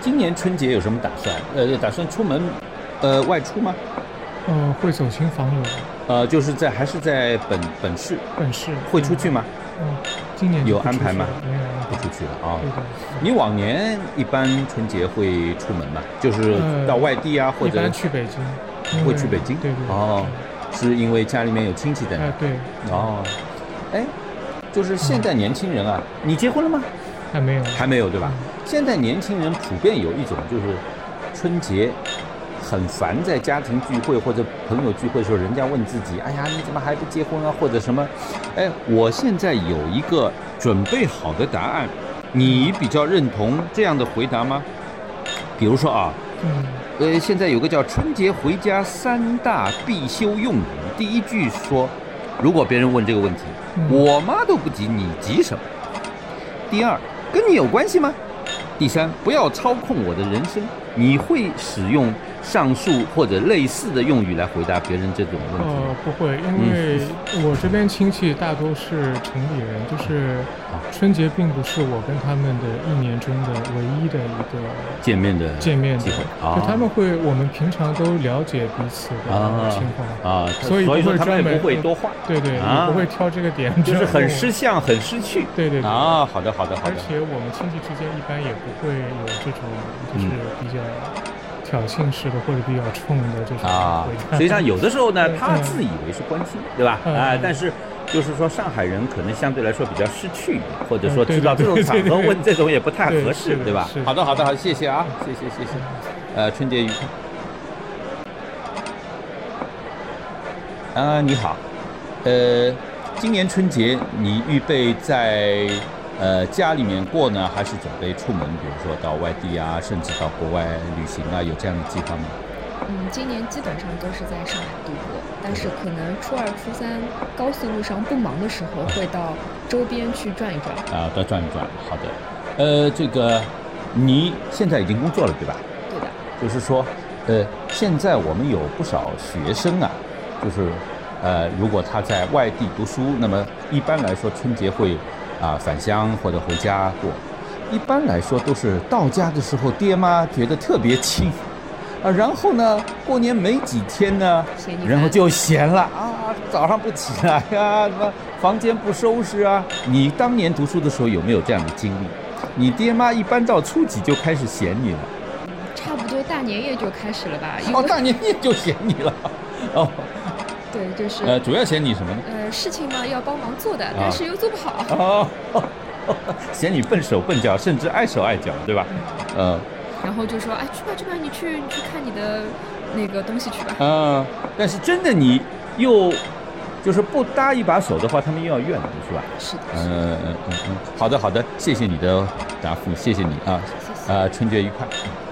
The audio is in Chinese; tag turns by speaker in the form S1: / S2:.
S1: 今年春节有什么打算？呃，打算出门，呃，外出吗？
S2: 嗯，会走亲访友，
S1: 呃，就是在还是在本本市，
S2: 但是
S1: 会出去吗？
S2: 嗯，今年
S1: 有
S2: 就不
S1: 安
S2: 出
S1: 排
S2: 去
S1: 吗
S2: 了没有安
S1: 不
S2: 排。
S1: 出去了啊、
S2: 对的，
S1: 你往年一般春节会出门吗？就是
S2: 呃
S1: 到外地啊，或
S2: 一
S1: 者
S2: 般去北京，因
S1: 会
S2: 为
S1: 去北京
S2: 对对。
S1: 哦是因为家里面有亲戚在
S2: 对，
S1: 那
S2: 哎
S1: 儿。
S2: 对，
S1: 哦，哎，就是现在年轻人啊，你结婚了吗？
S2: 还没有，
S1: 还没有对吧？现在年轻人普遍有一种就是春节很烦，在家庭聚会或者朋友聚会的时候，人家问自己：“哎呀，你怎么还不结婚啊？”或者什么？哎，我现在有一个准备好的答案，你比较认同这样的回答吗？比如说啊，
S2: 嗯，
S1: 呃，现在有个叫“春节回家三大必修用语”，第一句说，如果别人问这个问题，
S2: 嗯
S1: 我妈都不急，你急什么？第二，跟你有关系吗？第三，不要操控我的人生。你会使用上述或者类似的用语来回答别人这种问题吗？
S2: 呃，不会，因为
S1: 嗯
S2: 我这边亲戚大多是城里人，就是
S1: 哦
S2: 春节并不是我跟他们的一年中的唯一的一个
S1: 见面的
S2: 见面
S1: 嗯
S2: 的
S1: 机会，
S2: 就
S1: 啊，
S2: 他们会，我们平常都了解彼此
S1: 啊
S2: 的情况，
S1: 啊，
S2: 所以不
S1: 所以说
S2: 会
S1: 他们也
S2: 专
S1: 不会
S2: 门
S1: 多话，
S2: 对对，
S1: 啊
S2: 也不会挑这个点，
S1: 就是很失
S2: 失，
S1: 相，很失去。
S2: 对对对。
S1: 啊，好的，好的，好
S2: 而
S1: 的。
S2: 且我们亲戚之间一般也不会有这种就是比较挑衅式的或者比较冲的这种
S1: 啊
S2: 回，答。
S1: 实际上有的时候呢，
S2: 嗯
S1: 他自以为是关心，对吧？
S2: 嗯
S1: 啊
S2: 嗯，
S1: 但是就是说上海人可能相对来说比较识趣一点，或者说
S2: 嗯对
S1: 知道这
S2: 对
S1: 种
S2: 对
S1: 场
S2: 对
S1: 合
S2: 对
S1: 问这种也不太合适
S2: 对是，的
S1: 对吧
S2: 是？的
S1: 好的，好的，好的，谢谢啊，谢谢，谢谢。 呃，春节愉快。啊，你好，呃，今年春节你预备在呃家里面过呢，还是准备出门，比如说到外地啊，甚至到国外旅行啊，有这样的计划吗？
S3: 嗯，今年基本上都是在上海度过，但是可能初二、初三高速路上不忙的时候，会到周边去转一转。
S1: 啊，多转一转。好的，呃，这个你现在已经工作了对吧？
S3: 对的，
S1: 就是说，呃，现在我们有不少学生啊，就是呃，如果他在外地读书，那么一般来说春节会啊、返乡或者回家过。一般来说都是到家的时候，爹妈觉得特别亲，啊，然后呢，过年没几天呢，
S3: 嫌你
S1: 然后
S3: 烦
S1: 就闲了啊，早上不起来啊，什么房间不收拾啊。你当年读书的时候有没有这样的经历？你爹妈一般到初几就开始嫌你了？
S3: 差不多大年夜就开始了吧？因
S1: 哦，
S3: 为
S1: 大年夜就嫌你了。哦，
S3: 对，就是
S1: 呃，
S3: 呃
S1: 主要嫌你什么呢？
S3: 事情嘛要帮忙做的，但是又做不好。
S1: 哦， 嫌你笨手笨脚，甚至碍手碍脚，对吧？呃，
S3: 然后就说，哎，去吧去吧，你去你去看你的那个东西去吧。
S1: 呃，但是真的你又就是不搭一把手的话，他们又要怨你，是吧？
S3: 是的，是的，
S1: 嗯嗯嗯嗯，好的好的，谢谢你的答复，谢谢你啊，
S3: 谢谢。
S1: 呃，春节愉快。嗯